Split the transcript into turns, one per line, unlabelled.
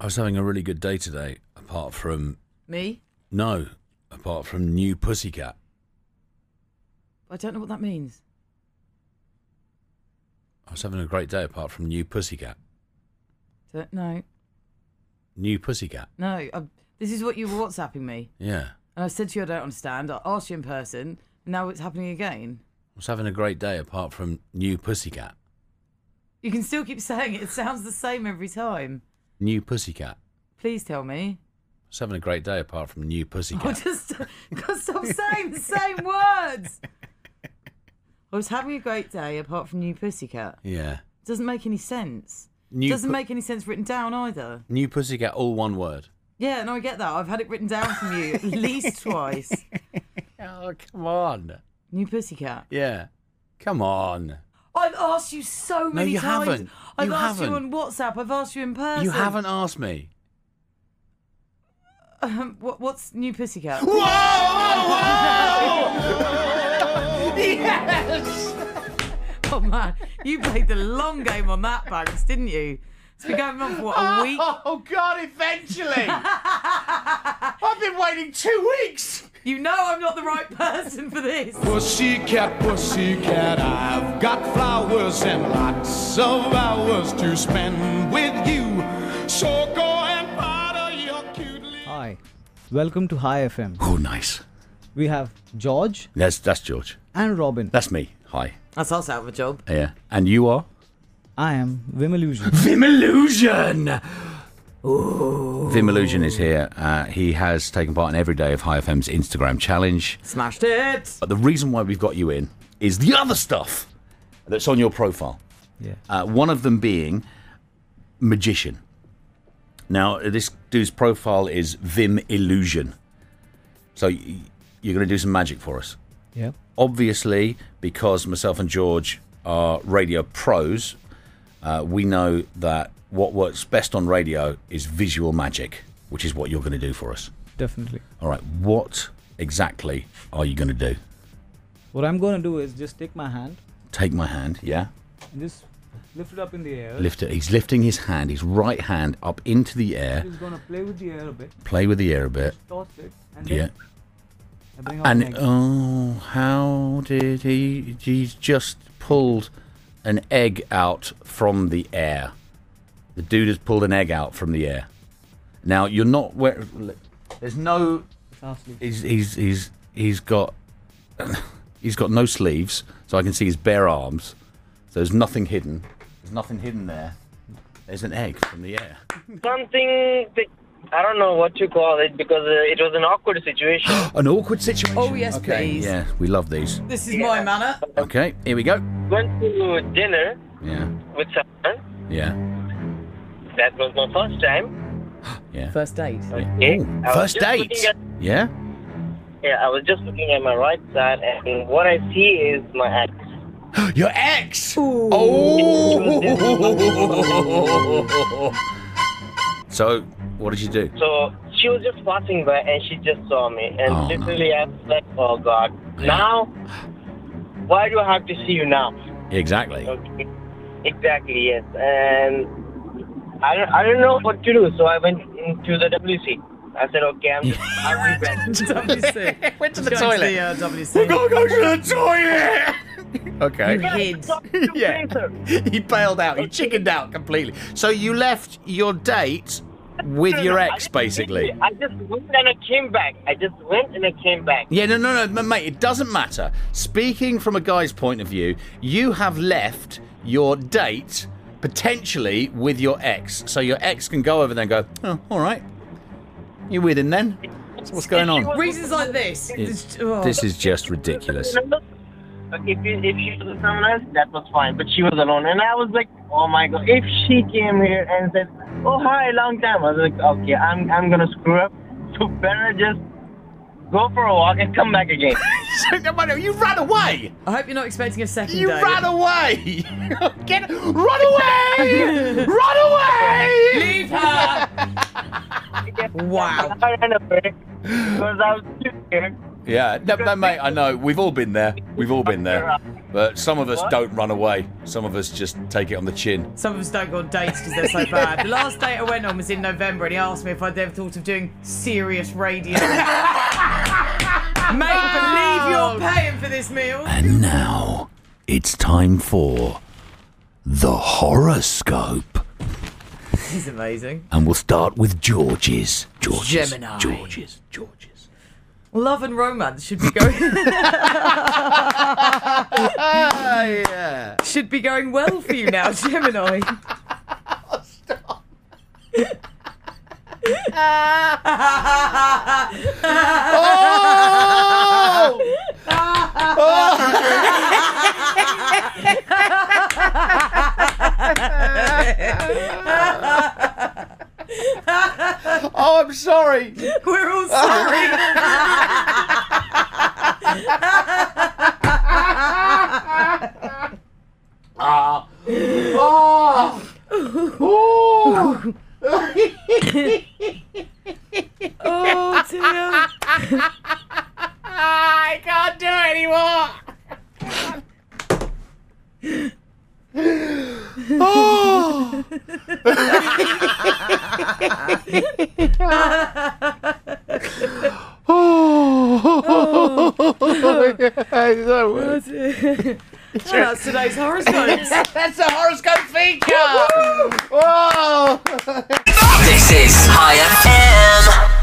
I was having a really good day today, apart from
Me?
no, apart from new pussycat.
I don't know what that means.
I was having a great day apart from new pussycat.
Don't, no,
New pussycat.
no. i this is what you were WhatsApping me,
Yeah.
and I said to you, I don't understand. I asked you in person, and now it's happening again.
I was having a great day apart from new pussycat.
You can still keep saying it. It sounds the same every time.
New pussycat. I
Please tell me.
was having a great day apart from new
I
pussycat.
just got stop saying the same words. I was having a great day apart from new pussycat.
Yeah.
Doesn't make any sense.
New
Doesn't
pu-
make any sense written down either.
New pussycat, all one word.
Yeah, no, I get that. I've had it written down from you at least twice.
Oh, come on.
New pussycat.
Yeah. Come on.
I've asked you so many
you
times.
haven't.
I've
You
asked you
haven't.
on WhatsApp. I've asked you in person.
You haven't asked me.
Um, what, what's new pussycat?
Whoa! whoa! yes!
oh man, you played the long game on that, Banks, didn't you? It's been going on for what a week.
Oh God! Eventually, I've been waiting two weeks.
You know I'm not the right person for this.
Pussycat, pussycat, I've got flowers and lots of hours to spend with you. So go and powder your cute little.
Hi. Welcome to Hi FM.
Oh, nice.
We have George
That's that's George.
and Robin.
That's me. Hi.
That's us out of a job.
Yeah. And you are
I am Vimalusion.
Vim Illusion. Vim Illusion is here. Uh, he has taken part in every day of High FM's Instagram challenge.
Smashed it.
But the reason why we've got you in is the other stuff that's on your profile.
yeah.
Uh, one of them being magician. Now, this dude's profile is Vim Illusion. So y- you're going to do some magic for us.
Yeah.
Obviously, because myself and George are radio pros, uh, we know that what works best on radio is visual magic, which is what you're going to do for us.
Definitely.
All right, what exactly are you going to do?
What I'm gonna do is just take my hand
Take my hand, yeah?
and just lift it up in the air.
Lift it. He's lifting his hand, his right hand up into the air.
Just gonna play with the air a bit,
play with the air a bit.
toss it, and then
Yeah.
I bring out
And
my-
oh, how did he? He's just pulled an egg out from the air. The dude has pulled an egg out from the air. Now you're not where. There's no.
It's half sleeve.
He's he's he's he's got. He's got no sleeves, so I can see his bare arms. So there's nothing hidden. There's nothing hidden there. There's an egg from the air.
something that I don't know what to call it because uh, it was an awkward situation.
An awkward situation.
Oh, yes, please.
Yeah, we love these.
This is my manner.
Okay, here we go.
Went to dinner
Yeah,
with someone.
yeah.
That was my first time.
Yeah.
First date.
Okay.
Ooh,
I was
first
just
date.
looking at-
Yeah.
yeah, I was just looking at my right side, and what I see is my ex.
Your ex. Oh. so, what did you do?
So she was just passing by, and she just saw me, and
Oh, no.
literally I was like, "Oh God, now why do I have to see you now?"
Exactly.
Okay. Exactly. Yes, and I don't, I don't know what to do, so I went into the WC. I said, "Okay, I'm just, I'll be back."
WC. Went to the
toilet.
the, uh, WC.
go to the toilet. okay.
Hid.
Yeah. He bailed out. He chickened out completely. So you left your date with your ex, basically.
I just went and I came back. I just went and I came back.
Yeah, no, no, no, m- mate, it doesn't matter. Speaking from a guy's point of view, you have left your date potentially with your ex. So your ex can go over there and go, oh, all right. You're with him then? So what's going on?
Reasons like this.
It's-
Oh.
This is just ridiculous.
Okay, if, if she was with someone else, that was fine. But she was alone, and I was like, "Oh my god!" If she came here and said, "Oh hi, long time," I was like, "Okay, I'm I'm gonna screw up. So better just go for a walk and come back again."
you ran away!
I hope you're not expecting a second
You
date.
ran away! Get run away! run away!
Leave her. wow.
I ran away because I was too scared.
Yeah, no, no, mate, I know. We've all been there. We've all been there. But some of us
What?
don't run away. Some of us just take it on the chin.
Some of us don't go on dates because they're so bad. The last date I went on was in November, and he asked me if I'd ever thought of doing serious radio. Mate, believe you're paying for this meal.
And now it's time for the horoscope.
He's amazing.
And we'll start with George's. George's.
Gemini.
George's. George's.
Love and romance should be going
Oh, yeah.
should be going well for you now, Gemini.
Oh, I'm sorry.
We're all sorry. oh dear.
I can't do it anymore. oh.
Oh, dear. Well, that's today's horoscopes.
That's a horoscope feature. Whoa.
This is High FM.